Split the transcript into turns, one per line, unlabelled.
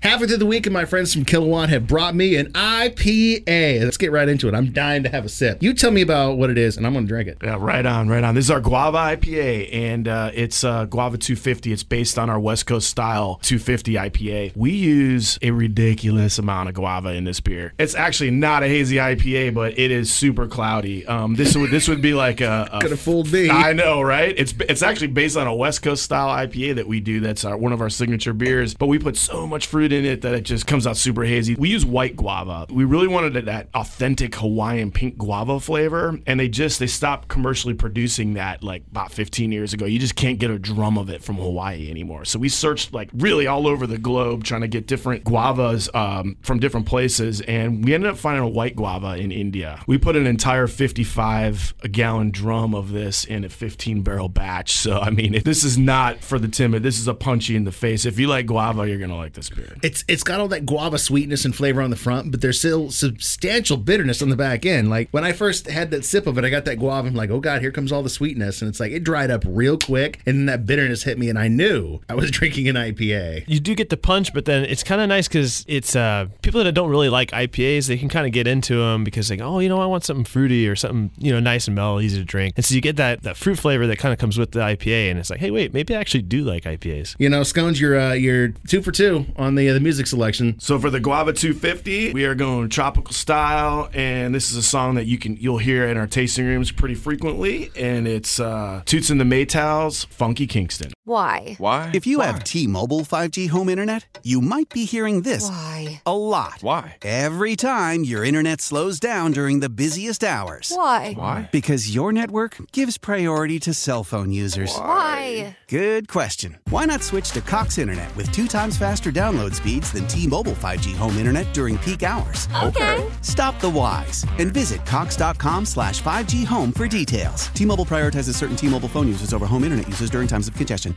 Halfway through the week, and my friends from Kilowatt have brought me an IPA. Let's get right into it. I'm dying to have a sip. You tell me about what it is, and I'm going to drink it.
Yeah, right on, right on. This is our Guava IPA, and uh, it's uh, Guava 250. It's based on our West Coast style 250 IPA. We use a ridiculous amount of guava in this beer. It's actually not a hazy IPA, but it is super cloudy. Um, this would this would be like a, a
Could have fooled me.
I know, right? It's it's actually based on a West Coast style IPA that we do. That's our, one of our signature beers, but we put so much fruit in it that it just comes out super hazy. We use white guava. We really wanted that authentic Hawaiian pink guava flavor, and they just they stopped commercially producing that like about 15 years ago. You just can't get a drum of it from Hawaii anymore. So we searched like really all over the globe trying to get different guavas um, from different places, and we ended up finding a white guava in India. We put an entire 55 gallon drum of this in a 15 barrel batch. So I mean, if this is not for the timid. This is a punchy in the face. If you like guava, you're gonna like this beer.
It's it's got all that guava sweetness and flavor on the front, but there's still substantial bitterness on the back end. Like when I first had that sip of it, I got that guava. I'm like, oh god, here comes all the sweetness, and it's like it dried up real quick, and then that bitterness hit me, and I knew I was drinking an IPA.
You do get the punch, but then it's kind of nice because it's uh, people that don't really like IPAs, they can kind of get into them because they go, oh, you know, I want something fruity or something, you know, nice and mellow, easy to drink. And so you get that, that fruit flavor that kind of comes with the IPA, and it's like, hey, wait, maybe I actually do like IPAs.
You know, scones, you're uh, you're two for two on the uh, the music selection.
So for the Guava 250, we are going tropical style, and this is a song that you can you'll hear in our tasting rooms pretty frequently, and it's uh, Toots and the Maytals, Funky Kingston.
Why?
Why?
If you have T-Mobile 5G home internet, you might be hearing this
Why?
a lot.
Why?
Every time your internet slows down during the busiest hours.
Why?
Why?
Because your network gives priority to cell phone users.
Why?
Good question. Why not switch to Cox Internet with two times faster download speeds than T-Mobile 5G home internet during peak hours?
Okay.
Stop the whys and visit cox.com slash 5G home for details. T-Mobile prioritizes certain T-Mobile phone users over home internet users during times of congestion.